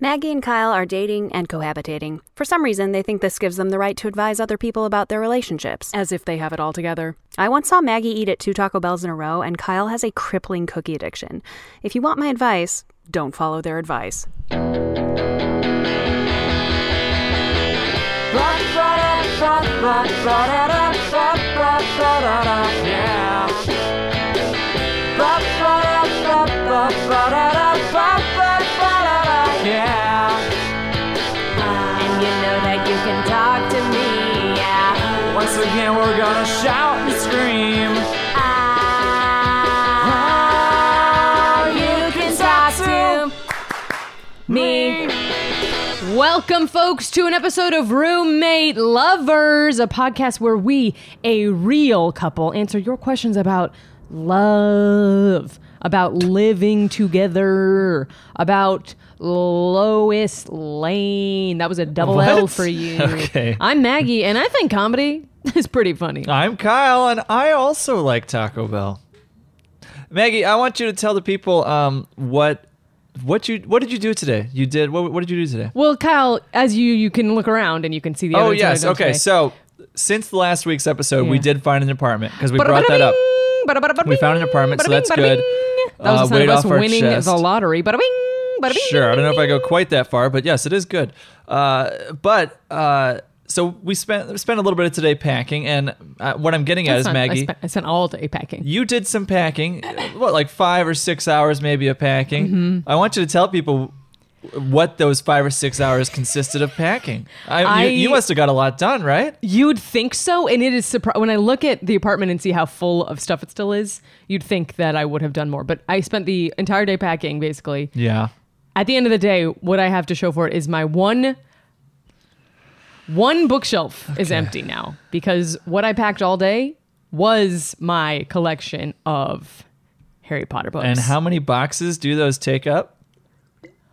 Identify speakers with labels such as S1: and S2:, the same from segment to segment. S1: Maggie and Kyle are dating and cohabitating. For some reason, they think this gives them the right to advise other people about their relationships, as if they have it all together. I once saw Maggie eat at two Taco Bells in a row, and Kyle has a crippling cookie addiction. If you want my advice, don't follow their advice.
S2: And you know that you can talk to me. Yeah.
S3: Once again, we're gonna shout and scream.
S2: Ah, you can talk to me.
S4: Welcome, folks, to an episode of Roommate Lovers, a podcast where we, a real couple, answer your questions about love, about living together, about Lois Lane. That was a double L
S3: What?
S4: for you.
S3: Okay. Uh,
S4: I'm Maggie, and I think comedy is pretty funny.
S3: I'm Kyle, and I also like Taco Bell. Maggie, I want you to tell the people um, what what you what did you do today? You did what? What did you do today?
S4: Well, Kyle, as you you can look around and you can see the.
S3: oh
S4: evidence that I
S3: yes,
S4: done
S3: okay.
S4: today.
S3: So since the last week's episode, we
S4: Yeah.
S3: did find an apartment because we brought that up.
S4: Ba-da-ba-da-bing,
S3: We found an apartment, so that's
S4: ba-da-bing,
S3: good.
S4: ba-da-bing. That was
S3: Uh,
S4: the sound
S3: weight
S4: of us
S3: off our
S4: winning
S3: chest.
S4: the lottery. Ba-da-bing, ba-da-bing,
S3: Sure, I don't know if I go quite that far, but yes, it is good. Uh, but uh, so we spent spent a little bit of today packing, and uh, what I'm getting at
S4: That's
S3: is
S4: fun. I,
S3: Maggie.
S4: spent, I spent all day packing.
S3: you did some packing what like five or six hours maybe of packing
S4: Mm-hmm.
S3: i want you to tell people what those five or six hours consisted of packing I,
S4: I-
S3: you, you must have got a lot done right
S4: You'd think so, and it is surprising. When I look at the apartment and see how full of stuff it still is, you'd think that I would have done more. But I spent the entire day packing, basically.
S3: yeah
S4: At the end of the day, what I have to show for it is my one. One bookshelf is empty now because what I packed all day was my collection of Harry Potter books.
S3: and how many boxes do those take up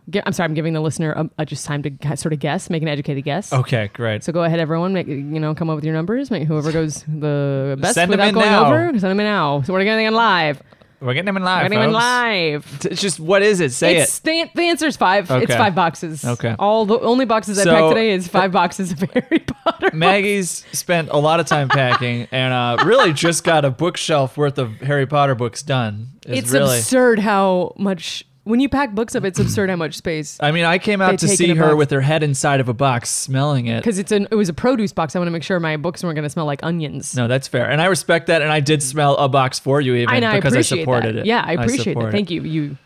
S4: Ge- I'm sorry, I'm giving the listener a, a just time to gu- sort of guess, make an educated guess.
S3: okay great
S4: So go ahead, everyone. Make you know, come up with your numbers. Make whoever goes the best
S3: Send 'em
S4: without
S3: in
S4: going
S3: now.
S4: over. Send them in now. So we're getting it live.
S3: we're getting them in live
S4: We're getting it
S3: folks.
S4: live.
S3: it's just what is it say
S4: it's the, the answer's five. It's
S3: Okay.
S4: five boxes.
S3: Okay.
S4: All the only boxes I
S3: So-
S4: packed today is five boxes of Harry Potter.
S3: it maggie's spent a lot of time packing and uh, really just got a bookshelf worth of harry potter books done is
S4: it's
S3: really
S4: absurd how much when you pack books up. It's absurd how much space.
S3: I mean, I came out
S4: They
S3: to
S4: take it
S3: see her
S4: above.
S3: with her head inside of a box, smelling it.
S4: Because it's an it was a produce box. I want to make sure my books weren't going to smell like onions.
S3: No, that's fair, and I respect that. And I did smell a box for you, even
S4: I know.
S3: because
S4: I
S3: I,
S4: appreciate
S3: supported
S4: that.
S3: it.
S4: Yeah, I appreciate that.
S3: support
S4: Thank you. You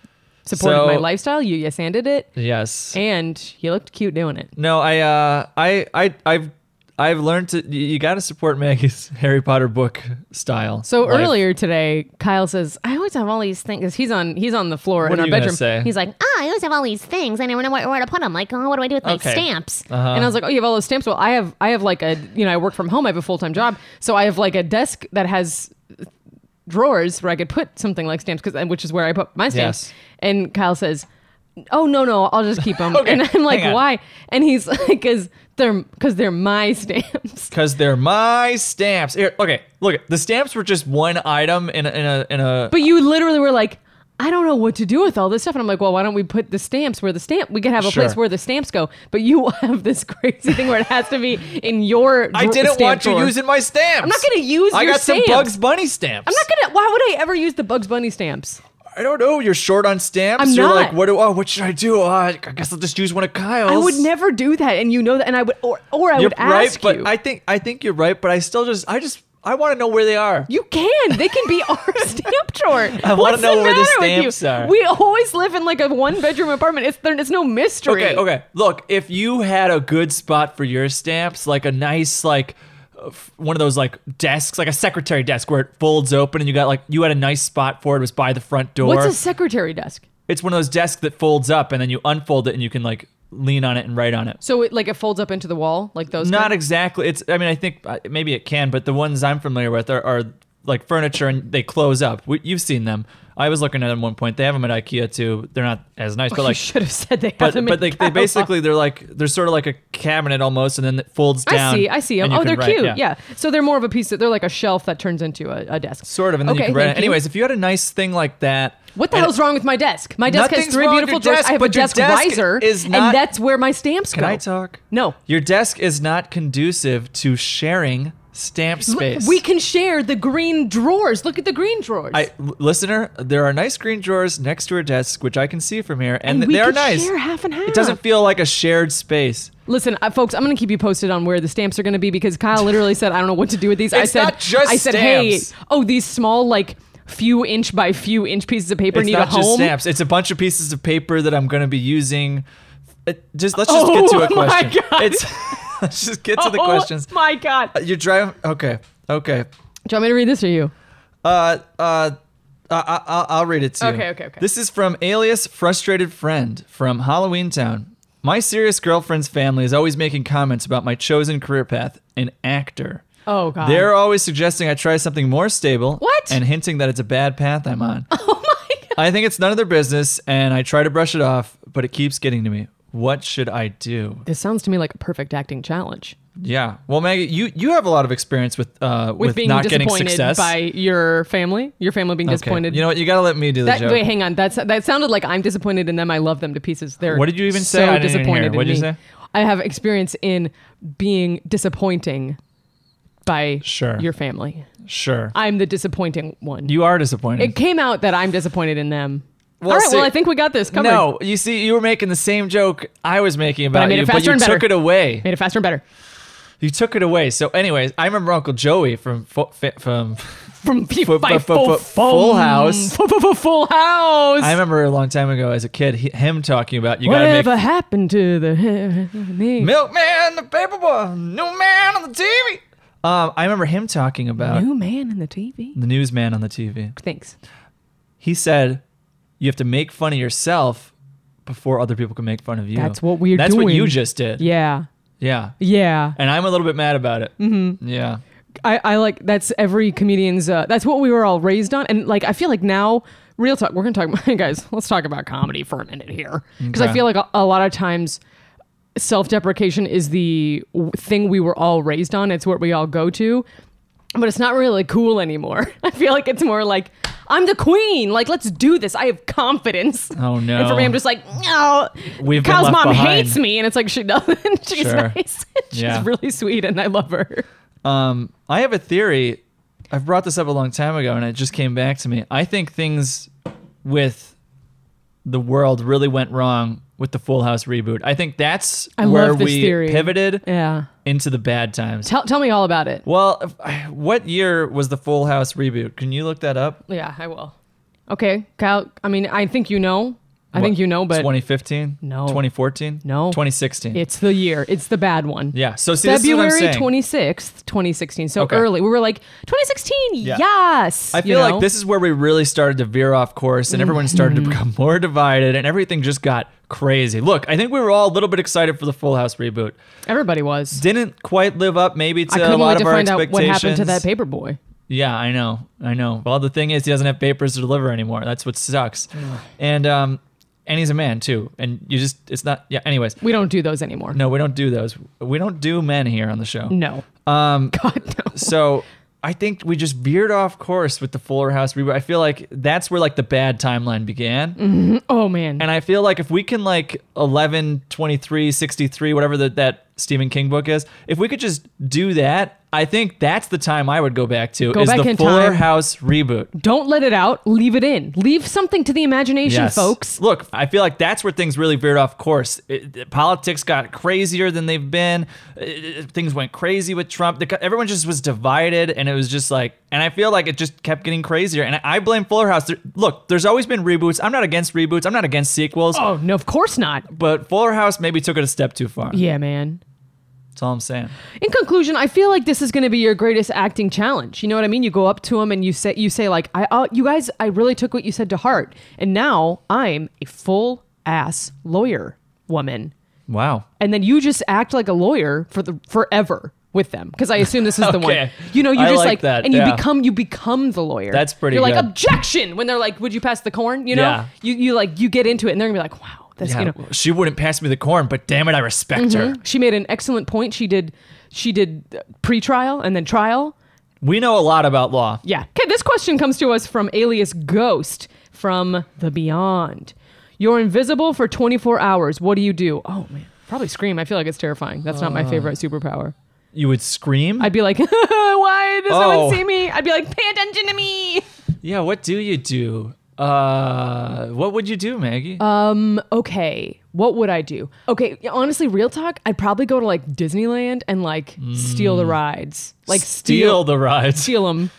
S4: supported
S3: So-
S4: my lifestyle. You yes anded it,
S3: Yes.
S4: and you looked cute doing it.
S3: no, I, uh, I, I, I've, I've learned to. You, you got to support Maggie's Harry Potter book style.
S4: So
S3: Like,
S4: earlier today, Kyle says, "I always have all these things." 'cause He's on he's on the floor
S3: What
S4: in
S3: are
S4: our
S3: you gonna
S4: bedroom.
S3: say?
S4: He's like,
S2: Ah, I always have all these things. I never know where, where to put them. Like, oh, what do I do with my
S3: Okay.
S2: stamps?
S3: Uh-huh.
S4: and I was like, "Oh, you have all those stamps." Well, I have I have like a you know I work from home. I have a full time job, so I have like a desk that has drawers where I could put something like stamps, because which is where I put my stamps.
S3: Yes.
S4: And Kyle says, "Oh no, no, I'll just keep them."
S3: Okay,
S4: And I'm like,
S3: hang on.
S4: "Why?" And he's like, "Because they're because they're my stamps."
S3: Cause they're my stamps. Here, okay, look, the stamps were just one item in a in a in a.
S4: But you literally were like, I don't know what to do with all this stuff. And I'm like, well, why don't we put the stamps where the stamp, we could have a
S3: Sure.
S4: place where the stamps go. But you have this crazy thing where it has to be in your
S3: I
S4: dr-
S3: didn't
S4: stamp
S3: want you
S4: drawer.
S3: using my stamps.
S4: I'm not gonna use
S3: I
S4: your
S3: got
S4: stamps.
S3: some Bugs Bunny stamps.
S4: I'm not gonna, why would I ever use the Bugs Bunny stamps?
S3: I don't know. You're short on stamps.
S4: I'm
S3: You're
S4: not.
S3: like, what do? Oh, what should I do? Oh, I guess I'll just use one of Kyle's.
S4: I would never do that. And you know that. And I would, or, or I
S3: You're
S4: would
S3: right,
S4: ask
S3: but
S4: you.
S3: I think I think you're right. But I still just I just I want to know where they are.
S4: you can. They can be our stamp drawer.
S3: wanna
S4: What's
S3: know
S4: the
S3: where the
S4: matter with you?
S3: stamps are.
S4: We always live in like a one bedroom apartment. It's there. It's no mystery.
S3: Okay, okay. Look, if you had a good spot for your stamps, like a nice like uh, f- one of those like desks, like a secretary desk where it folds open and you got like you had a nice spot for it, it was by the front door.
S4: What's a secretary desk?
S3: it's one of those desks that folds up and then you unfold it and you can like lean on it and write on it.
S4: So it like it folds up into the wall, like those.
S3: Not
S4: kind?
S3: exactly. It's. I mean, I think uh, maybe it can, but the ones I'm familiar with are, are like furniture, and they close up. We, you've seen them. I was looking at them at one point. They have them at IKEA too. They're not as nice, but
S4: Oh, you
S3: like,
S4: should have said they.
S3: but
S4: have them
S3: but
S4: in
S3: they, they
S4: catalog.
S3: basically they're like they're sort of like a cabinet almost, and then it folds
S4: I
S3: down.
S4: see. I see 'em.
S3: and you
S4: Oh,
S3: can
S4: they're
S3: write-
S4: cute. Yeah. So they're more of a piece. Of, they're like a shelf that turns into a, a desk.
S3: Sort of, and then
S4: Okay,
S3: you can write.
S4: thank
S3: Anyways, if you had a nice thing like that,
S4: What the
S3: And-
S4: hell's wrong with my desk? My desk has
S3: Nothing's
S4: three
S3: wrong with
S4: beautiful
S3: your
S4: drawers.
S3: desk,
S4: I have a
S3: but your
S4: desk,
S3: desk
S4: riser,
S3: is
S4: and
S3: not-
S4: that's where my stamps
S3: Can
S4: go.
S3: I talk?
S4: No.
S3: Your desk is not conducive to sharing stamp space.
S4: We can share the green drawers. Look at the green drawers.
S3: I, l- listener, there are nice green drawers next to her desk, which I can see from here, and,
S4: And we
S3: they are
S4: could
S3: nice.
S4: share half and half.
S3: It doesn't feel like a shared space.
S4: Listen, uh, folks, I'm going to keep you posted on where the stamps are going to be because Kyle literally said, I don't know what to do with these. I
S3: It's
S4: said,
S3: not just
S4: I said,
S3: stamps.
S4: hey, oh, these small, like, few inch by few inch pieces of paper
S3: it's
S4: need
S3: not
S4: a
S3: just
S4: home.
S3: stamps. It's a bunch of pieces of paper that I'm going to be using. It- just let's just get to a
S4: Oh my
S3: question.
S4: God.
S3: It's let's just get to the
S4: Oh,
S3: questions. Uh,
S4: my God. Do
S3: You're driving. Okay. Okay.
S4: you want me to read this or you?
S3: Uh, uh, I, I, I'll- I'll read it to you.
S4: Okay, okay, okay.
S3: This is from alias Frustrated Friend from Halloween Town. My serious girlfriend's family is always making comments about my chosen career path, an actor.
S4: Oh, God.
S3: They're always suggesting I try something more stable.
S4: What?
S3: And hinting that it's a bad path I'm on.
S4: Oh, my God.
S3: I think it's none of their business, and I try to brush it off, but it keeps getting to me. What should I do?
S4: This sounds to me like a perfect acting challenge.
S3: Yeah. Well, Maggie, you, you have a lot of experience with uh,
S4: With,
S3: with,
S4: being
S3: not getting
S4: disappointed
S3: success.
S4: by your family, your family being
S3: Okay.
S4: disappointed.
S3: You know what? You gotta let me do the
S4: that,
S3: joke.
S4: wait, hang on. That's that sounded like I'm disappointed in them. I love them to pieces. They're
S3: What did you even
S4: so
S3: say? I didn't even
S4: disappointed
S3: hear.
S4: in
S3: What did you
S4: me.
S3: say?
S4: I have experience in being disappointing by
S3: Sure.
S4: your family.
S3: Sure.
S4: I'm the disappointing one.
S3: You are disappointed.
S4: it came out that I'm disappointed in them. All right,
S3: see-
S4: well I think we got this. Covered.
S3: no, you see, you were making the same joke I was making about
S4: I made
S3: you,
S4: it
S3: but
S4: faster
S3: you
S4: and
S3: took
S4: better.
S3: it away.
S4: made it faster and better.
S3: You took it away. So, anyways, I remember Uncle Joey from fo- fi- from.
S4: From P-
S3: Fu-
S4: by
S3: fu- fu-
S4: full,
S3: fu- Full House.
S4: Full, full, full, full house.
S3: I remember a long time ago as a kid, he, him talking about you gotta
S4: Whatever
S3: make
S4: happened to the me?
S3: milkman, the paper boy, new man on the TV. Um, I remember him talking about
S4: new man in the TV?
S3: the newsman on the TV.
S4: Thanks.
S3: He said, "You have to make fun of yourself before other people can make fun of you."
S4: That's what we're
S3: That's what you
S4: doing.
S3: just did.
S4: Yeah.
S3: yeah.
S4: Yeah.
S3: and I'm a little bit mad about it. Mm-hmm. Yeah.
S4: I, I like that's every comedian's uh, that's what we were all raised on and like i feel like now real talk we're gonna talk about guys let's talk about comedy for a minute here because i
S3: Okay.
S4: feel like a, a lot of times self-deprecation is the w- thing we were all raised on it's what we all go to but it's not really cool anymore i feel like it's more like i'm the queen like let's do this i have confidence
S3: Oh, no.
S4: and for me i'm just like no
S3: We've been
S4: Kyle's
S3: left
S4: mom
S3: behind.
S4: hates me and it's like she doesn't she's
S3: Sure.
S4: nice she's
S3: Yeah.
S4: really sweet and i love her
S3: Um, I have a theory. I've brought this up a long time ago, and it just came back to me. I think things with the world really went wrong with the Full House reboot. I think that's
S4: I
S3: where
S4: love this
S3: we
S4: theory.
S3: pivoted
S4: yeah
S3: into the bad times.
S4: Tell, tell me all about it.
S3: Well, if- what year was the Full House reboot? Can you look that up?
S4: Yeah, I will. Okay, Kyle. I mean, I think you know. I think
S3: What,
S4: you know, but
S3: 2015?
S4: No.
S3: 2014?
S4: No.
S3: 2016.
S4: it's the year. It's the bad one.
S3: yeah. So see, this is what I'm
S4: February
S3: saying.
S4: twenty sixth, twenty sixteen. So
S3: Okay.
S4: early. We were like twenty sixteen.
S3: Yeah.
S4: Yes.
S3: I
S4: you
S3: feel
S4: know? Mm-hmm.
S3: like this is where we really started to veer off course and everyone started to become more divided and everything just got crazy. Look, I think we were all a little bit excited for the Full House reboot.
S4: Everybody was.
S3: Didn't quite live up maybe
S4: I
S3: to uh, a
S4: couldn't wait
S3: lot
S4: to
S3: of our
S4: find out
S3: expectations.
S4: what happened to that paper boy.
S3: Yeah, I know. I know. Well, the thing is he doesn't have papers to deliver anymore. That's what sucks. and um and he's a man too. And you just it's not yeah, anyways.
S4: We don't do those anymore.
S3: No, we don't do those. We don't do men here on the show.
S4: No.
S3: Um
S4: God no.
S3: so I think we just veered off course with the Fuller House reboot. I feel like that's where like the bad timeline began.
S4: Oh man.
S3: And I feel like if we can like 11, 23, 63, whatever the, that Stephen King book is, if we could just do that, I think that's the time I would go back to
S4: Go
S3: is
S4: back
S3: the
S4: in
S3: Fuller
S4: time.
S3: House reboot.
S4: don't let it out. Leave it in. Leave something to the imagination, folks.
S3: Look, I feel like that's where things really veered off course. It- it- politics got crazier than they've been. It- it- things went crazy with Trump. The co- everyone just was divided, and it was just like, and I feel like it just kept getting crazier. And I blame Fuller House. There- Look, there's always been reboots. I'm not against reboots. I'm not against sequels.
S4: Oh no, of course not.
S3: But Fuller House maybe took it a step too far.
S4: Yeah, man.
S3: That's all I'm saying.
S4: In conclusion, I feel like this is going to be your greatest acting challenge. You know what I mean? You go up to him and you say, "You say like, I, uh, you guys, I really took what you said to heart, and now I'm a full ass lawyer woman."
S3: Wow.
S4: And then you just act like a lawyer for the forever with them, because I assume this is the one.
S3: Okay.
S4: You know, you
S3: I
S4: just
S3: like
S4: like,
S3: that,
S4: and you
S3: yeah.
S4: become you become the lawyer.
S3: That's pretty
S4: You're like
S3: good.
S4: objection when they're like, "Would you pass the corn?" You know,
S3: Yeah.
S4: you you like you get into it, and they're gonna be like, "Wow, that's
S3: Yeah,
S4: you know." Mm-hmm.
S3: she wouldn't pass me the corn, but damn it, I respect her.
S4: She made an excellent point. She did she did uh, pre-trial and then trial.
S3: We know a lot about law.
S4: Yeah. Okay, this question comes to us from alias Ghost from the beyond. You're invisible for 24 hours. What do you do? Oh man, probably scream. I feel like it's terrifying. That's not
S3: Uh.
S4: my favorite superpower.
S3: You would scream?
S4: I'd be like, why does no
S3: Oh.
S4: one see me? I'd be like, pay attention to me.
S3: yeah, what do you do? Uh, what would you do, Maggie?
S4: okay, what would I do? Okay, honestly, real talk, I'd probably go to like Disneyland and like steal the rides. Like
S3: Mm. steal,
S4: steal
S3: the rides.
S4: steal them.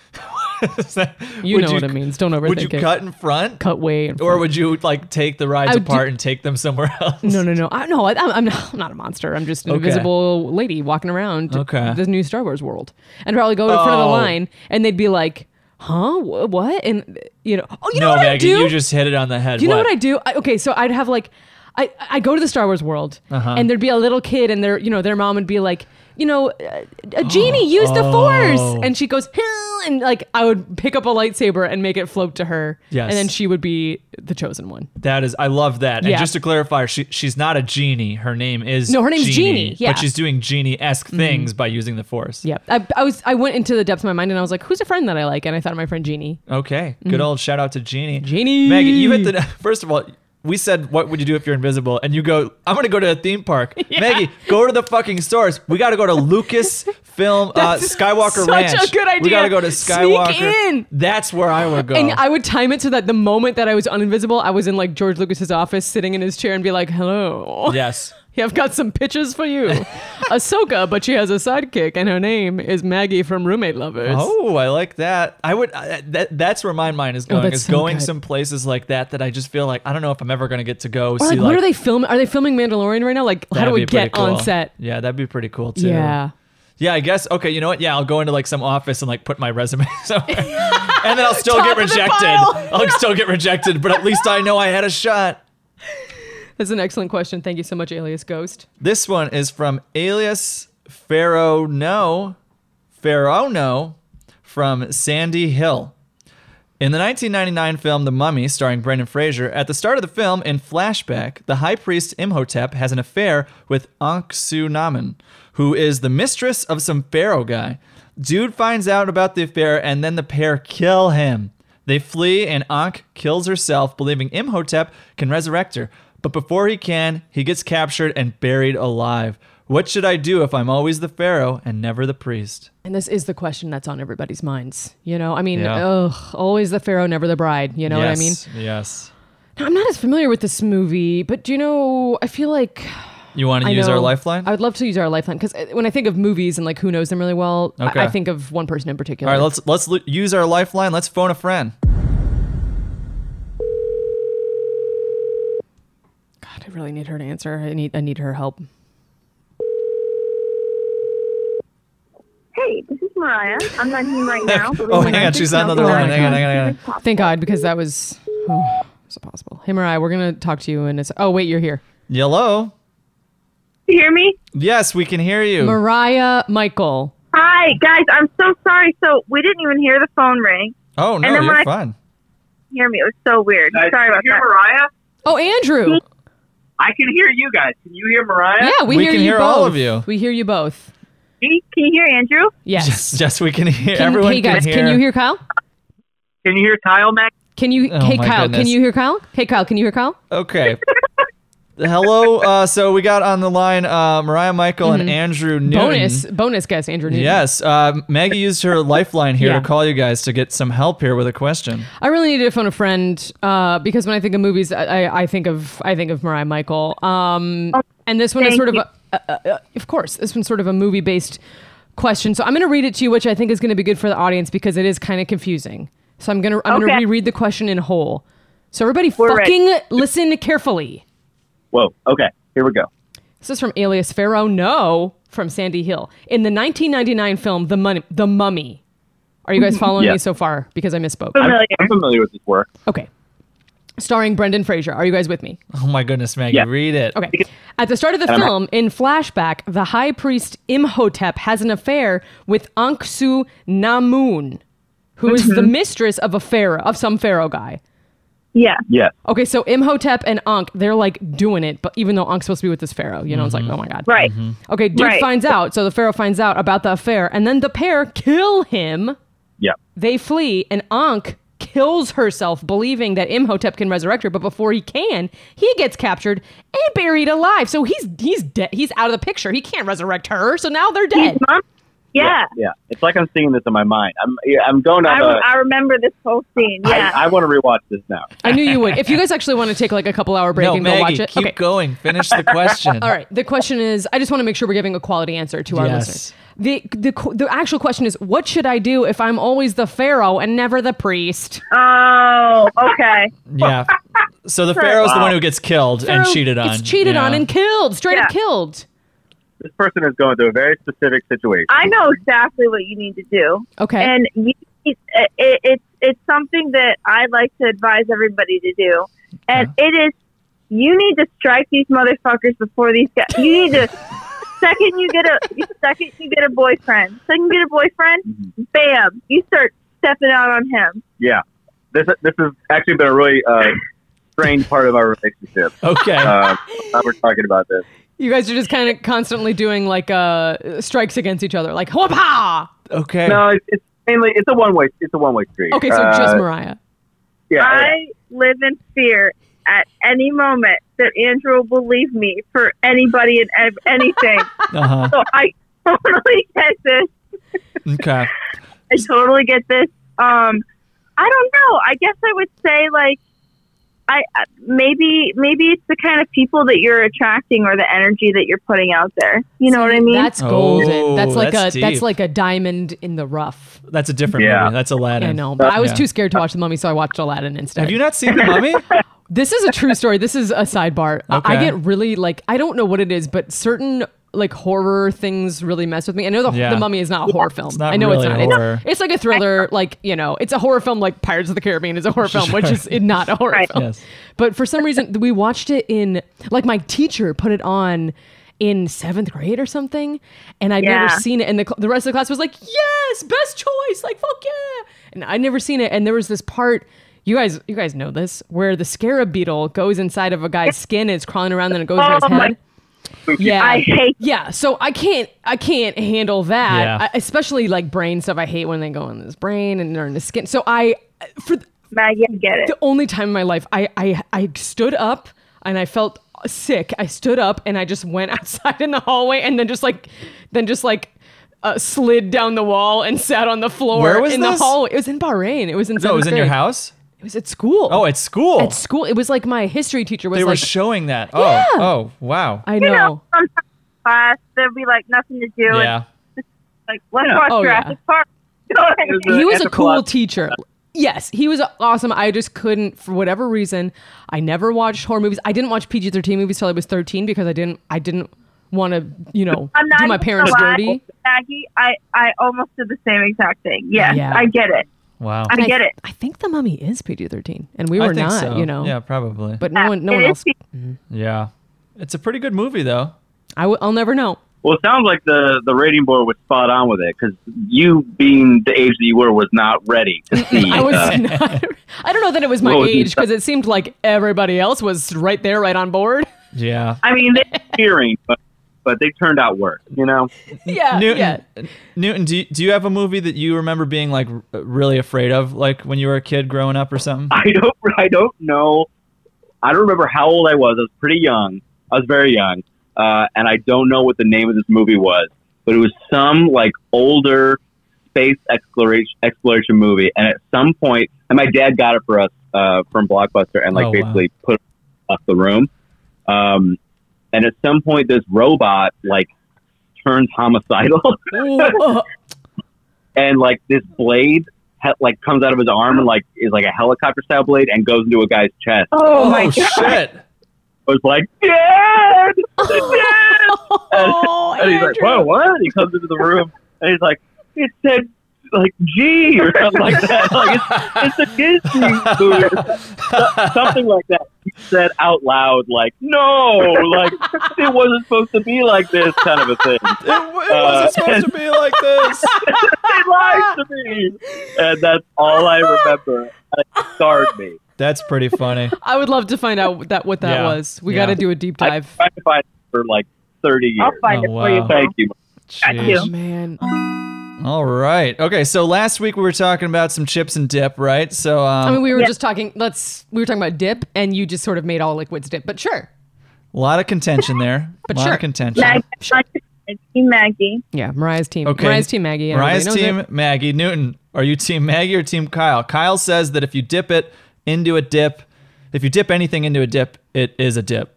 S4: You know what it means. Don't overthink
S3: Would you
S4: it.
S3: cut in front?
S4: Cut way and
S3: Or would you like take the rides
S4: I would
S3: apart and take them somewhere else?
S4: No, no, no. I, no, I, I'm, I'm not, I'm not a monster. I'm just an
S3: Okay.
S4: invisible lady walking around
S3: Okay.
S4: the new Star Wars world. And probably go in front of the
S3: Oh.
S4: line and they'd be like, huh? Wh- what? And, you know, oh, you know
S3: No,
S4: what I
S3: Maggie,
S4: do?
S3: you just hit it on the head.
S4: Do you know what I do? I, okay, so I'd have like, I I go to the Star Wars world,
S3: Uh-huh.
S4: and there'd be a little kid, and their you know their mom would be like, you know, uh, a genie used the
S3: Oh.
S4: Force, and she goes, "Huh," and like I would pick up a lightsaber and make it float to her,
S3: Yes.
S4: and then she would be the chosen one.
S3: That is, I love that.
S4: Yeah.
S3: And just to clarify, she she's not a genie. Her name is
S4: No, her name's Genie, yeah. Mm-hmm.
S3: but she's doing genie esque things by using the force.
S4: Yeah, I, I was I went into the depths of my mind, and I was like, who's a friend that I like? And I thought of my friend Genie.
S3: Okay,
S4: Mm-hmm.
S3: good old shout out to genie.
S4: Genie!
S3: Maggie, you hit the first of all. We said, what would you do if you're invisible? And you go, I'm gonna go to a theme park. Maggie, go to the fucking stores. We gotta go to Lucasfilm uh,
S4: That's
S3: Skywalker
S4: such
S3: Ranch.
S4: a good
S3: We
S4: idea.
S3: gotta go to
S4: Sneak
S3: Skywalker.
S4: in.
S3: That's where I would go.
S4: And I would time it so that the moment that I was uninvisible, I was in like George Lucas's office, sitting in his chair, and be like, "Hello,
S3: yes.
S4: Yeah, I've got some pitches for you. Ahsoka, but she has a sidekick, and her name is Maggie from Roommate Lovers.
S3: Oh, I like that. I would. I, that, that's where my mind is going.
S4: Oh, that's
S3: is
S4: so
S3: going
S4: good.
S3: some places like that that I just feel like I don't know if I'm ever gonna get to go
S4: Or
S3: see.
S4: like, what are they filming? Are they filming Mandalorian right now? Like, how
S3: that'd
S4: do
S3: be
S4: we
S3: pretty
S4: get on
S3: cool.
S4: set?
S3: Yeah, that'd be pretty cool too.
S4: Yeah.
S3: Yeah, I guess. Okay, you know what? Yeah, I'll go into like some office and like put my resume somewhere, and then I'll still
S4: Top
S3: get
S4: of the
S3: rejected.
S4: pile.
S3: I'll still get rejected, but at least I know I had a shot.
S4: That's an excellent question. Thank you so much, Alias Ghost.
S3: This one is from Alias Pharaoh No, Pharaoh No, from Sandy Hill. In the 1999 film The Mummy, starring Brendan Fraser, at the start of the film, in flashback, the high priest Imhotep has an affair with Ankhsu Namun, who is the mistress of some pharaoh guy. Dude finds out about the affair, and then the pair kill him. They flee, and Ankh kills herself, believing Imhotep can resurrect her. But before he can, he gets captured and buried alive. What should I do if I'm always the pharaoh and never the priest?
S4: And this is the question that's on everybody's minds. You know, I mean,
S3: Yeah.
S4: ugh, always the Pharaoh, never the bride. You know what I mean?
S3: what I mean? Yes.
S4: Now, I'm not as familiar with this movie, but do you know, I feel like
S3: You want to
S4: I
S3: use our
S4: know.
S3: lifeline?
S4: I would love to use our lifeline because when I think of movies and like who knows them really well, I-
S3: Okay.
S4: I, think of one person in particular.
S3: All right, let's let's l- use our lifeline. Let's phone a friend.
S4: God, I really need her to answer. I need I need her help.
S5: Hey, this is Mariah. I'm not here right now. but
S3: Oh,
S5: we
S3: hang on,
S5: might
S3: she's
S5: just
S3: on another
S5: know
S3: line.
S5: that
S3: Hang on, hang on, hang on.
S5: it's
S4: Thank God, because that was oh, so possible. Him or I, we're gonna talk to you, and it's oh wait, you're here,
S3: Hello.
S5: possible. You hear me?
S3: Yes, we can hear you.
S4: Mariah Michael.
S5: Hi, guys. I'm so sorry. So we didn't even hear the phone ring.
S3: oh no,
S5: and then
S3: you're
S5: when I-
S3: fine.
S5: Hear me? It was so weird. sorry about
S6: can you hear
S5: that.
S6: Mariah?
S4: Oh Andrew,
S6: I can hear you guys. Can you hear Mariah?
S4: yeah, we,
S3: We
S4: hear
S3: can
S4: you
S3: hear
S4: both.
S3: all of you.
S4: We hear you both.
S5: Hey, Can you hear Andrew?
S4: Yes.
S3: Yes, yes, we can hear.
S4: Can,
S3: Everyone
S4: hey guys,
S3: can hear.
S4: you hear Kyle?
S6: Can you hear Kyle Mac?
S4: Can you?
S3: Oh,
S4: hey
S3: my
S4: Kyle, can
S3: goodness.
S4: you hear Kyle? Hey Kyle, can you hear Kyle?
S3: Okay. Hello. Uh, so we got on the line uh, Mariah Michael and Andrew Newton.
S4: Mm-hmm. Bonus, bonus guest Andrew. Newton.
S3: Yes. Uh, Maggie used her lifeline here
S4: Yeah.
S3: to call you guys to get some help here with a question.
S4: I really need to phone a friend uh, because when I think of movies, I, I, I think of I think of Mariah Michael. Um, and this one is
S5: thank
S4: sort of,
S5: you.
S4: a, uh, uh, uh, of course, this one's sort of a movie based question. So I'm going to read it to you, which I think is going to be good for the audience because it is kind of confusing. So I'm going to I'm going
S5: Okay.
S4: to reread the question in whole. So everybody,
S5: We're ready.
S4: fucking listen carefully.
S6: Whoa. Okay. Here we go.
S4: This is from Alias Pharaoh. No, from Sandy Hill in the 1999 film The Mummy. The Mummy. Are you
S5: Mm-hmm.
S4: guys following
S6: Yeah.
S4: me so far? Because I misspoke.
S5: Familiar.
S6: I'm familiar with his work.
S4: Okay. Starring Brendan Fraser. Are you guys with me?
S3: Oh my goodness, Maggie,
S6: Yeah.
S3: read it.
S4: Okay. At the start of the
S6: I'm-
S4: film, in flashback, the high priest Imhotep has an affair with Ankhsu Namun, who is
S5: Mm-hmm.
S4: the mistress of a pharaoh, of some pharaoh guy.
S5: Yeah.
S6: Yes.
S4: Okay, so Imhotep and Ankh, they're like doing it, but even though Ankh's supposed to be with this pharaoh, you know, it's like, oh my god.
S5: Mm-hmm. Right.
S4: Okay, dude
S5: Right.
S4: finds out, so the pharaoh finds out about the affair, and then the pair kill him.
S6: Yeah.
S4: They flee, and Ankh k- kills herself believing that Imhotep can resurrect her, but before he can, he gets captured and buried alive. So he's he's dead. He's out of the picture. He can't resurrect her. So now they're dead.
S5: Mom? Yeah.
S6: Yeah, it's like I'm seeing this in my mind. I'm yeah, I'm going
S5: I,
S6: on
S5: re-
S6: a.
S5: I remember this whole scene. Yeah.
S6: I, I want to rewatch this now.
S4: I knew you would. If you guys actually want to take like a couple hour break
S3: no,
S4: and
S3: Maggie,
S4: go watch it,
S3: keep
S4: okay.
S3: going. Finish the question.
S4: All right. The question is, I just want to make sure we're giving a quality answer to our
S3: Yes.
S4: listeners. The, the qu- the actual question is, what should I do if I'm always the pharaoh and never the priest?
S5: oh, okay.
S3: Yeah. So the pharaoh's the one who gets killed and
S4: Pharaoh
S3: cheated on.
S4: gets cheated
S3: yeah.
S4: on and killed, straight up
S5: Yeah.
S4: killed.
S6: This person is going through a very specific situation.
S5: I know exactly what you need to do.
S4: Okay.
S5: And you, it, it, it's it's something that I like to advise everybody to do, and it is you need to strike these motherfuckers before these guys. You need to second you get a second you get a boyfriend, second you get a boyfriend, bam, you start stepping out on him.
S6: Mm-hmm. Yeah, this this has actually been a really uh, strange part of our relationship.
S3: Okay.
S6: Uh, now we're talking about this.
S4: you guys are just kind of constantly doing like uh, strikes against each other, like whoop-ha!
S3: okay.
S6: No, it's, it's mainly it's a one way it's a one way street.
S4: Okay, so
S6: Uh,
S4: just Mariah.
S6: yeah,
S5: I live in fear at any moment that Andrew will leave me for anybody and ev- anything.
S3: Uh-huh.
S5: so I totally get this.
S3: Okay.
S5: I totally get this. Um, I don't know. I guess I would say like, I I- maybe maybe it's the kind of people that you're attracting or the energy that you're putting out there. You know what I mean?
S4: That's golden.
S3: Oh,
S4: that's like
S3: that's
S4: a
S3: deep.
S4: that's like a diamond in the rough.
S3: That's a different
S6: Yeah.
S3: movie. That's Aladdin.
S4: I know, but I was
S3: Yeah.
S4: too scared to watch the mummy, so I watched Aladdin instead.
S3: Have you not seen The Mummy?
S4: This is a true story. This is a sidebar. I- I
S3: Okay.
S4: get really like I don't know what it is, but certain like horror things really mess with me. I know the,
S3: Yeah.
S4: the Mummy is not a horror film.
S3: not
S4: I know
S3: really
S4: it's not.
S3: horror.
S4: It's, it's like a thriller. Like you know, it's a horror film. Like Pirates of the Caribbean is a horror film, which is not a horror
S5: Right.
S4: film.
S3: Yes.
S4: But for some reason, we watched it in like my teacher put it on in seventh grade or something, and I'd
S5: Yeah.
S4: never seen it. And the, cl- the rest of the class was like, "Yes, best choice!" Like fuck yeah! And I'd never seen it. And there was this part. You guys, you guys know this, where the scarab beetle goes inside of a guy's skin and it's crawling around and it goes in his
S5: Oh my-
S4: head. Yeah,
S5: I hate.
S4: yeah, so I can't I can't handle that.
S3: Yeah.
S4: I- especially like brain stuff. I hate when they go in this brain and they're in the skin. So I for th-
S5: Maggie, I get it.
S4: the only time in my life I I I stood up and I felt sick. I stood up and I just went outside in the hallway and then just like then just like uh, slid down the wall and sat on the floor
S3: Where was
S4: in
S3: this?
S4: the hallway. It was in Bahrain. It was in
S3: No, it was
S4: seventh
S3: in your
S4: grade.
S3: house?
S4: It was at school.
S3: Oh, at school.
S4: at school. It was like my history teacher was
S3: they were
S4: like
S3: showing that. Oh,
S4: Yeah.
S3: oh, wow.
S4: I
S5: You
S4: know.
S5: know, sometimes in class there'll be like nothing to do.
S3: yeah.
S5: And, like let's
S6: Yeah.
S5: watch
S4: Oh, yeah.
S5: Jurassic Park. You know what I mean?
S6: the
S4: he was a cool
S6: anthropolog-
S4: teacher. Yes, he was awesome. I just couldn't, for whatever reason, I never watched horror movies. I didn't watch PG thirteen movies till I was thirteen because I didn't, I didn't want to, you know,
S5: I'm not
S4: do my
S5: even
S4: parents
S5: gonna lie,
S4: dirty.
S5: Maggie, I, I almost did the same exact thing. Yes,
S4: Yeah.
S5: I get it.
S3: Wow.
S5: I
S4: And
S5: get it.
S4: I think the Mummy is PG thirteen, and we
S3: I
S4: were
S3: think
S4: not,
S3: so.
S4: you know.
S3: Yeah, probably. But
S4: But no one, no
S5: It
S4: one
S5: is
S4: else.
S3: yeah. It's a pretty good movie though.
S4: I w- I'll never know.
S6: Well, it sounds like the the rating board was spot on with it because you, being the age that you were, was not ready to see.
S4: I was
S6: uh,
S4: not. I don't know that it was my
S6: Well,
S4: age because it seemed like everybody else was right there, right on board.
S3: Yeah.
S6: I mean, they were cheering, but but they turned out worse. You know,
S4: yeah,
S3: Newton,
S4: yeah.
S3: Newton, do you, do you have a movie that you remember being like r- really afraid of, like when you were a kid growing up or something?
S6: I don't I don't know. I don't remember how old I was. I was pretty young. I was very young, uh, and I don't know what the name of this movie was, but it was some like older space exploration exploration movie. And at some point, and my dad got it for us uh, from Blockbuster, and
S3: Oh,
S6: like
S3: wow.
S6: basically put it off the room. Um, and at some point, this robot like turns homicidal,
S4: Ooh,
S6: and like this blade. He- like comes out of his arm and like is like a helicopter style blade and goes into a guy's chest.
S5: Oh, my god.
S3: shit.
S6: I was like, Dad!
S4: oh,
S6: And he's like,
S4: Andrew.
S6: Whoa, what? He comes into the room and he's like, It said, like, G or something like that. Like, it's, it's a Disney movie. So- something like that. He said out loud, like, No, like, it wasn't supposed to be like this kind of a thing.
S3: It, w- it
S6: Uh,
S3: wasn't supposed to be like this.
S6: They lied to me. And that's all I remember. And It scarred me.
S3: That's pretty funny.
S4: I would love to find out that what that
S3: Yeah.
S4: was. We
S3: Yeah.
S4: got to do a deep
S6: I
S4: dive.
S6: tried to find it for like 30
S5: I'll
S6: years.
S5: find
S3: Oh,
S5: it for you.
S3: wow.
S5: Paul.
S6: Thank you.
S5: Thank
S3: Jeez.
S5: you.
S4: Man,
S3: All right. Okay. So last week we were talking about some chips and dip, right? So um,
S4: I mean, we were just talking. Let's. We were talking about dip, and you just sort of made all liquids dip. But sure.
S3: a lot of contention there.
S4: But
S3: a lot
S4: sure.
S3: of contention.
S5: Maggie, Team Maggie.
S4: Yeah, Mariah's team.
S3: Okay.
S4: Mariah's team, Maggie. Everybody
S3: Mariah's
S4: knows
S3: team,
S4: it.
S3: Maggie Newton. Are you team Maggie or team Kyle? Kyle says that if you dip it into a dip, if you dip anything into a dip, it is a dip.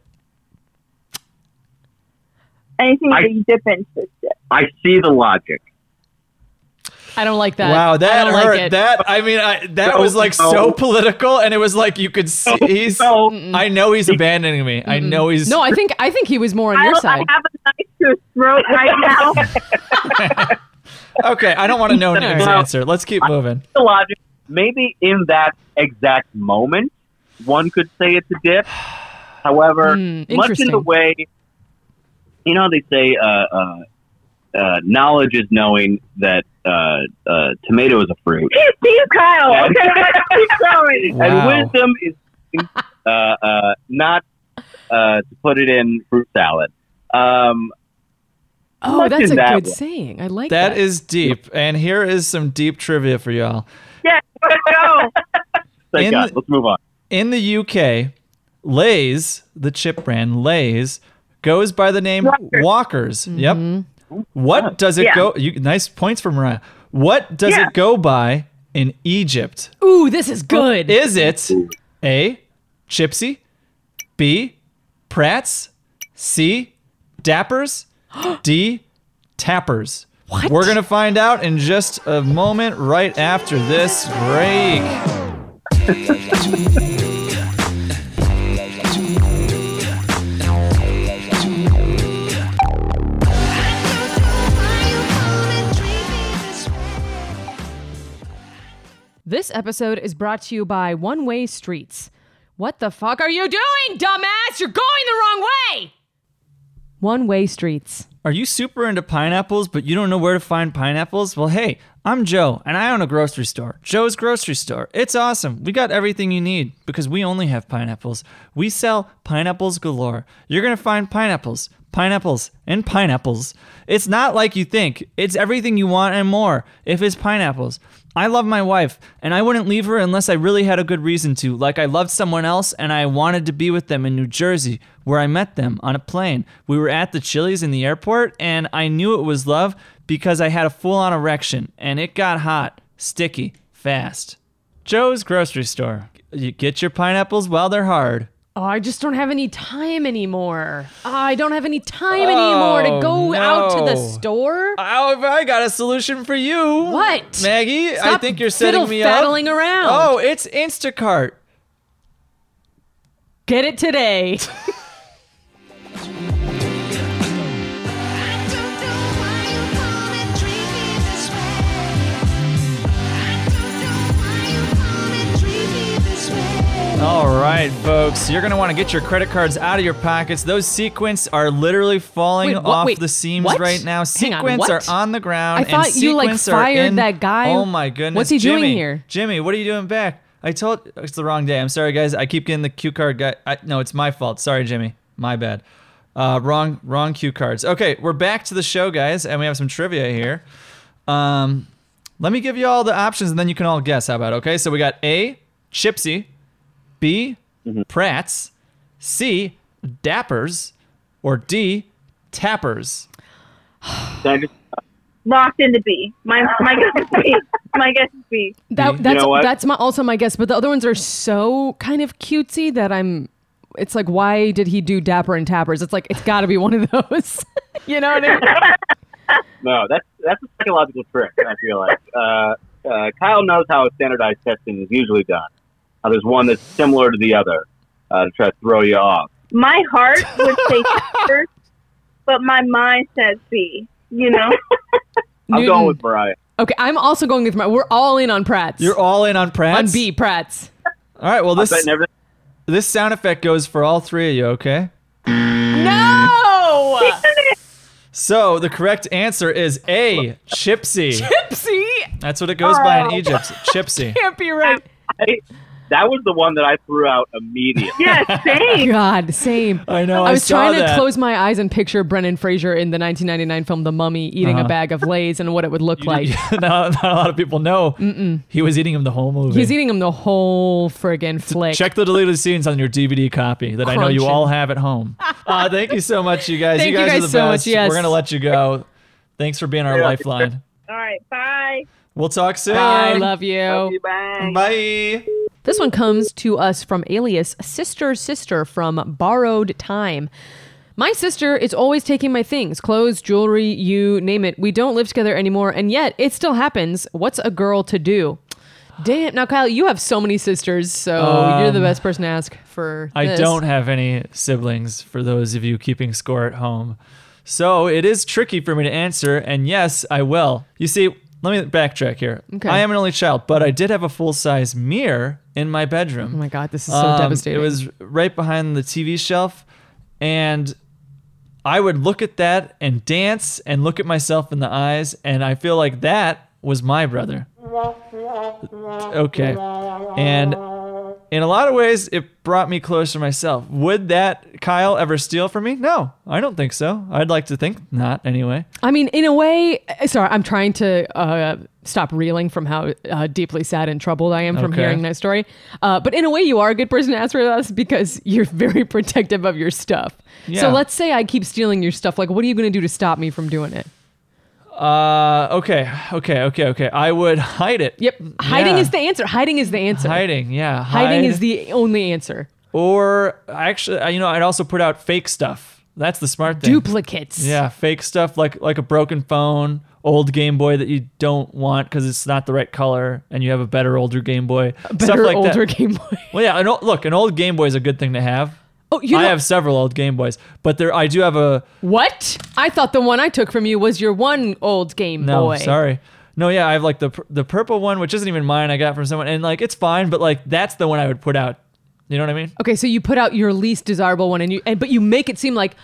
S5: Anything
S6: I-
S5: that you dip into.
S6: I see the logic.
S4: I don't like that.
S3: Wow, that
S4: Uh, I don't
S3: hurt.
S4: Like it.
S3: that I mean, I, that
S6: No,
S3: was like so
S6: no.
S3: political, and it was like you could see. He's,
S6: no.
S3: I know he's abandoning me. I know he's.
S4: no, I think I think he was more on
S5: I,
S4: your
S5: don't- I
S4: side.
S5: have a knife to his throat right now.
S3: okay, I don't want to know Nick's
S6: No.
S3: answer. Let's keep moving.
S6: the logic. Maybe in that exact moment, one could say it's a dip. However,
S4: Hmm,
S6: much in the
S4: interesting.
S6: way, you know, how they say uh, uh, uh, knowledge is knowing that uh, uh, tomato is a fruit,
S5: It's Team Kyle. Okay, let's keep going.
S3: Wow.
S6: and wisdom is uh, uh, not uh, to put it in fruit salad. Um,
S4: Oh,
S6: much
S4: that's
S6: in
S4: a
S6: that
S4: good
S6: way.
S4: saying. I like that.
S3: That is deep, and here is some deep trivia for y'all.
S5: Yeah, let's go.
S6: thank
S3: In
S6: God.
S3: the-
S6: Let's move on.
S3: In the UK, Lay's, the chip brand Lay's, goes by the name Walkers.
S5: Walkers.
S3: Yep. What does it
S5: Oh, Yeah.
S3: go? You, nice points from Mariah. What does
S5: Yeah.
S3: it go by in Egypt?
S4: Ooh, this is good.
S3: Is it A, Chipsy, B, Pratt's, C, Dappers, D, Tappers?
S4: What?
S3: We're going to find out in just a moment right after this break.
S4: This episode is brought to you by One Way Streets. What the fuck are you doing, dumbass? You're going the wrong way. One Way Streets.
S3: Are you super into pineapples, but you don't know where to find pineapples? Well, hey, I'm Joe, and I own a grocery store, Joe's Grocery Store. It's awesome. We got everything you need because we only have pineapples. We sell pineapples galore. You're going to find pineapples, pineapples, and pineapples. It's not like you think, it's everything you want and more if it's pineapples. I love my wife, and I wouldn't leave her unless I really had a good reason to, like I loved someone else and I wanted to be with them in New Jersey, where I met them on a plane. We were at the Chili's in the airport, and I knew it was love because I had a full on erection, and it got hot, sticky, fast. Joe's Grocery Store. You get your pineapples while they're hard.
S4: Oh, I just don't have any time anymore. I don't have any time anymore to go out to the
S3: Oh, no.
S4: store.
S3: Oh, if I got a solution for you.
S4: What?
S3: Maggie, I
S4: Stop
S3: think you're setting me up.
S4: fiddle-faddling around.
S3: Oh, it's Instacart.
S4: Get it today.
S3: All right, folks, you're going to want to get your credit cards out of your pockets. Those sequins are literally falling
S4: Wait, what-
S3: off
S4: wait,
S3: the seams
S4: what?
S3: right now.
S4: Hang on,
S3: Sequins
S4: what?
S3: are on the ground.
S4: I
S3: and
S4: thought you, like,
S3: sequins are
S4: fired
S3: in-
S4: that guy.
S3: Oh my goodness!
S4: What's he doing
S3: Jimmy,
S4: here?
S3: Jimmy? What are you doing back? I told it's the wrong day. I'm sorry, guys. I keep getting the cue card guy. I, no, it's my fault. Sorry, Jimmy. My bad. Uh, wrong, wrong cue cards. Okay, we're back to the show, guys, and we have some trivia here. Um, let me give you all the options, and then you can all guess. How about okay? So we got A. Chipsy, B. Pratt's, C. Dappers, or D. Tappers.
S6: Can I just
S5: Locked into B. My my guess is B. My guess is B.
S4: That,
S3: You
S4: that's
S6: know what?
S4: that's my also my guess, but the other ones are so kind of cutesy that I'm. It's like, why did he do Dapper and Tappers? It's like it's got to be one of those. you know what I mean?
S6: No, that's that's a psychological trick. I feel like uh, uh, Kyle knows how standardized testing is usually done. Now, there's one that's similar to the other uh, to try to throw you off.
S5: My heart would say first, but my mind says B. You know,
S6: I'm
S4: Newton.
S6: going with Mariah.
S4: Okay, I'm also going with my. We're all in on Pratt's.
S3: You're all in on Pratt's.
S4: on B Pratt's.
S3: All right. Well,
S6: I'm
S3: this
S6: betting everything.
S3: this sound effect goes for all three of you. Okay.
S4: No,
S3: So the correct answer is A. Chipsy.
S4: Pipsy Oh.
S3: That's what it goes by in Egypt. Chipsy.
S4: can't be right.
S6: I, That was the one that I threw out immediately.
S5: Yeah, same.
S4: God, same.
S3: I know.
S4: I was
S3: saw
S4: trying
S3: that.
S4: to close my eyes and picture Brennan Fraser in the 1999 film The Mummy eating
S3: Uh-huh.
S4: a bag of Lay's and what it would look like.
S3: not, not a lot of people know. He was eating him the whole movie.
S4: He's eating them the whole friggin' flick.
S3: Check the deleted scenes on your DVD copy that I know you
S4: Crunching.
S3: all have at home. Uh, thank you so much, you guys.
S4: Thank
S3: you
S4: you
S3: guys are
S4: guys
S3: the
S4: so much,
S3: best.
S4: yes.
S3: We're gonna let you go. Thanks for being our
S6: Yeah.
S3: lifeline.
S5: All right, bye.
S3: We'll talk soon.
S4: I love you.
S5: Love you, bye.
S3: Bye.
S4: This one comes to us from alias Sister Sister from Borrowed Time. My sister is always taking my things clothes, jewelry, you name it. We don't live together anymore, and yet it still happens. What's a girl to do? Damn. Now, Kyle, you have so many sisters, so you're the best person to ask for.
S3: Um, I
S4: this.
S3: don't have any siblings for those of you keeping score at home. So it is tricky for me to answer, and yes, I will. You see, let me backtrack here.
S4: Okay.
S3: I am an only child, but I did have a full size mirror in my bedroom.
S4: Oh my God, this is so
S3: Um,
S4: devastating.
S3: It was right behind the TV shelf, and I would look at that and dance and look at myself in the eyes, and I feel like that was my brother. Okay, and in a lot of ways, it brought me closer to myself. Would that Kyle ever steal from me? No, I don't think so. I'd like to think not, anyway.
S4: I mean, in a way, uh, sorry, I'm trying to uh, stop reeling from how uh, deeply sad and troubled I am from
S3: Okay.
S4: hearing that story. Uh, but in a way, you are a good person to ask for this because you're very protective of your stuff.
S3: Yeah.
S4: So let's say I keep stealing your stuff. Like, what are you going to do to stop me from doing it?
S3: Uh, okay, okay, okay, okay. I would hide it.
S4: Yep. Hiding
S3: Yeah.
S4: is the answer. Hiding is the answer.
S3: hiding. Yeah, hide.
S4: Hiding is the only answer.
S3: Or actually, I- you know, I'd also put out fake stuff. That's the smart thing.
S4: Duplicates.
S3: Yeah, fake stuff like like a broken phone, old Game Boy that you don't want because it's not the right color, and you have a better older Game Boy. stuff
S4: Better
S3: like
S4: older
S3: that.
S4: Game Boy.
S3: Well, yeah. An old, look, an old Game Boy is a good thing to have.
S4: Oh, you
S3: I
S4: know-
S3: have several old Game Boys, but there I do have a
S4: what? I thought the one I took from you was your one old Game
S3: no.
S4: Boy.
S3: Sorry. No, yeah, I have like the pur- the purple one, which isn't even mine. I got from someone, and like it's fine, but like that's the one I would put out. You know what I mean?
S4: Okay, so you put out your least desirable one, and you, and, but you make it seem like,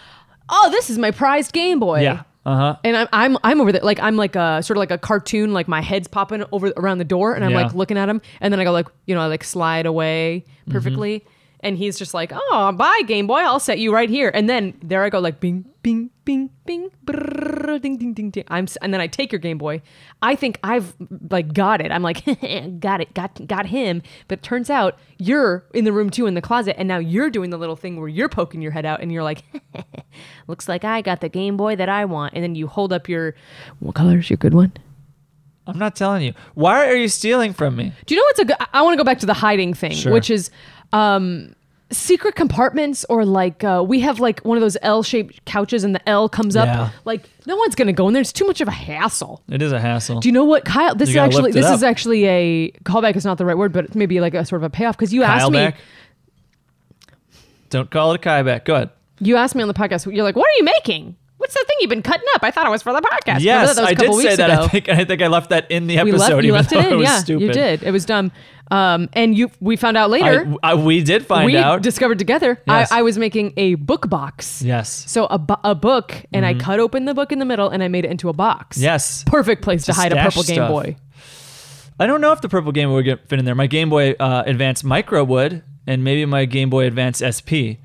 S4: oh, this is my prized Game Boy.
S3: Yeah. Uh huh.
S4: And I'm, I'm I'm over there like I'm like a sort of like a cartoon like my head's popping over around the door and I'm
S3: Yeah. Mm-hmm.
S4: like looking at him and then I go like you know I like slide away perfectly and he's just like oh bye Game Boy I'll set you right here and then there I go like bing bing bing bing brrr, ding ding ding ding I'm s- and then I take your Game Boy I think I've like got it I'm like got it got got him but it turns out you're in the room too in the closet and now you're doing the little thing where you're poking your head out and you're like looks like I got the Game Boy that I want. And then you hold up your, what color is your good one?
S3: I'm not telling you. Why are you stealing from me?
S4: Do you know what's a good, I want to go back to the hiding thing,
S3: Sure.
S4: which is um, secret compartments or like, uh, we have like one of those L shaped couches and the L comes
S3: Yeah.
S4: up. Like no one's going to go in there. It's too much of a hassle.
S3: It is a hassle.
S4: Do you know what Kyle, this is
S3: gotta
S4: actually,
S3: lift it
S4: this
S3: up.
S4: is actually a callback is not the right word, but maybe like a sort of a payoff. Cause you asked me,
S3: Kyleback? Don't call it a kayak. Go ahead.
S4: you asked me on the podcast, you're like, what are you making? What's that thing you've been cutting up? I thought it was for the podcast. Remember
S3: Yes,
S4: that? That was a
S3: I did
S4: couple
S3: say
S4: weeks
S3: that.
S4: ago.
S3: I think I think I left that in the
S4: we
S3: episode.
S4: left, you
S3: even
S4: left
S3: though
S4: it in.
S3: was
S4: yeah,
S3: stupid.
S4: you did. It was dumb. Um, and you, we found out later.
S3: I, I- we did find
S4: we
S3: out.
S4: discovered together.
S3: Yes.
S4: I, I was making a book box.
S3: yes.
S4: So a, bu- a book, and I cut open the book in the middle, and I made it into a box.
S3: Mm-hmm. Yes.
S4: Perfect place
S3: Just
S4: to hide a
S3: stash
S4: purple Game
S3: stuff.
S4: Boy.
S3: I don't know if the purple Game Boy would get- fit in there. My Game Boy uh, Advance Micro would, and maybe my Game Boy Advance SP.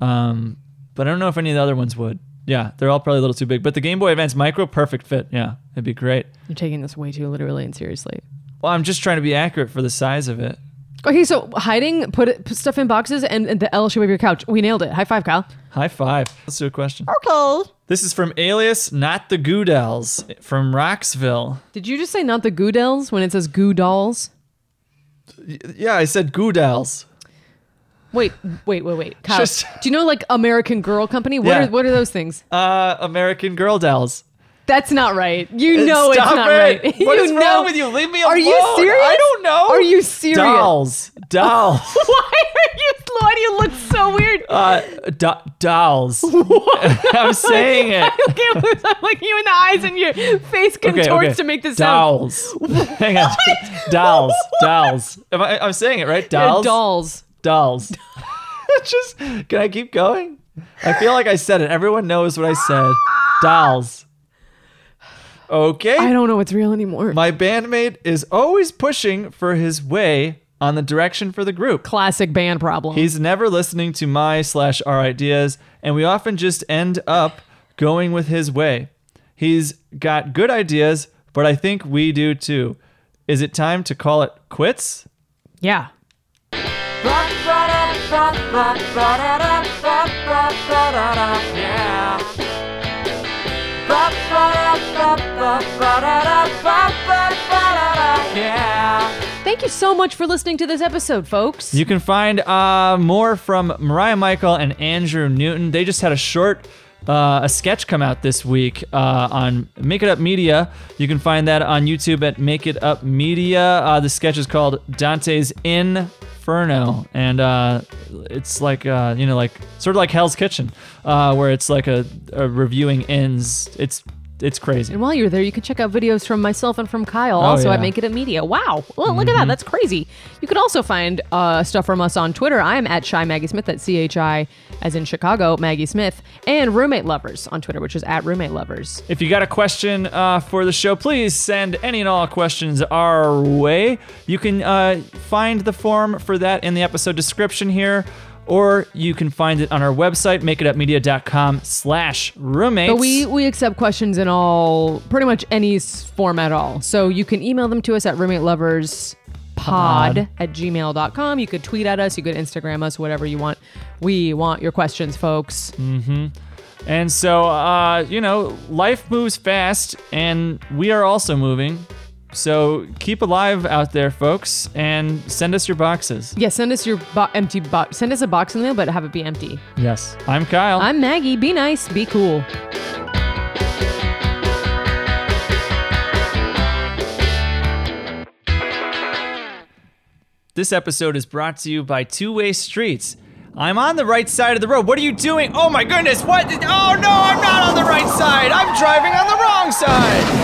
S3: Um, but I don't know if any of the other ones would. Yeah, they're all probably a little too big. But the Game Boy Advance Micro, perfect fit. Yeah, it'd be great.
S4: You're taking this way too literally and seriously.
S3: Well, I'm just trying to be accurate for the size of it.
S4: Okay, so hiding, put, it, put stuff in boxes, and, and the L shape of your couch. We nailed it. High five, Kyle.
S3: High five. Let's do a question. Okay. This is from Alias Not the Goodells from Roxville.
S4: Did you just say not the goo dolls when it says goo dolls?
S3: Yeah, I said Goodells.
S4: Wait, wait, wait, wait, Kyle.
S3: Just-
S4: do you know like American Girl Company? What
S3: Yeah.
S4: are what are those things?
S3: Uh, American Girl Dolls.
S4: That's not right. You know
S3: Uh, Stop
S4: it's not
S3: it.
S4: right.
S3: What
S4: you
S3: is
S4: know.
S3: wrong with you? Leave me alone.
S4: Are you serious?
S3: I don't know.
S4: Are you serious?
S3: Dolls. Dolls.
S4: Why are you? Why do you look so weird?
S3: uh, do- dolls. I'm saying it.
S4: I can't believe I'm looking you in the eyes and your face
S3: Okay,
S4: contorts
S3: okay.
S4: to make this sound.
S3: dolls. Hang on. Dolls. Dolls. Am I, I'm saying it right.
S4: They're
S3: Dolls.
S4: dolls.
S3: dolls. Just can I keep going? I feel like I said it. Everyone knows what I said. Dolls. Okay.
S4: I don't know what's real anymore.
S3: My bandmate is always pushing for his way on the direction for the group.
S4: Classic band problem.
S3: He's never listening to my slash our ideas, and we often just end up going with his way. He's got good ideas, but I think we do too. Is it time to call it quits?
S4: yeah. Thank you so much for listening to this episode, folks.
S3: You can find uh, more from Mariah Michael and Andrew Newton. They just had a short, uh, a sketch come out this week uh, on Make It Up Media. You can find that on YouTube at Make It Up Media. Uh, the sketch is called Dante's Inferno, and uh, it's like uh, you know, like sort of like Hell's Kitchen, uh, where it's like a, a reviewing ends. It's it's crazy.
S4: And while you're there, you can check out videos from myself and from Kyle,
S3: Oh,
S4: also at
S3: yeah. Mm-hmm.
S4: Make It a Media. Wow. Well, look at that. That's crazy. You can also find uh, stuff from us on Twitter. I'm at Shy Maggie Smith, at C H I, as in Chicago, Maggie Smith, and Roommate Lovers on Twitter, which is at Roommate Lovers.
S3: If you got a question uh, for the show, please send any and all questions our way. You can uh, find the form for that in the episode description here, or you can find it on our website, makeitupmedia.com slash roommates.
S4: But we, we accept questions in all, pretty much any s- form at all. So you can email them to us at roommate lovers pod at gmail.com you could tweet at us you could instagram us whatever you want we want your questions folks
S3: and so, uh, you know, life moves fast, and we are also moving. So keep alive out there, folks, and send us your boxes.
S4: Yeah, send us your bo- empty box. Send us a box in the mail, but have it be empty.
S3: Yes. I'm Kyle.
S4: I'm Maggie. Be nice. Be cool.
S3: This episode is brought to you by Two Way Streets. I'm on the right side of the road. What are you doing? Oh my goodness, what? Oh no, I'm not on the right side. I'm driving on the wrong side.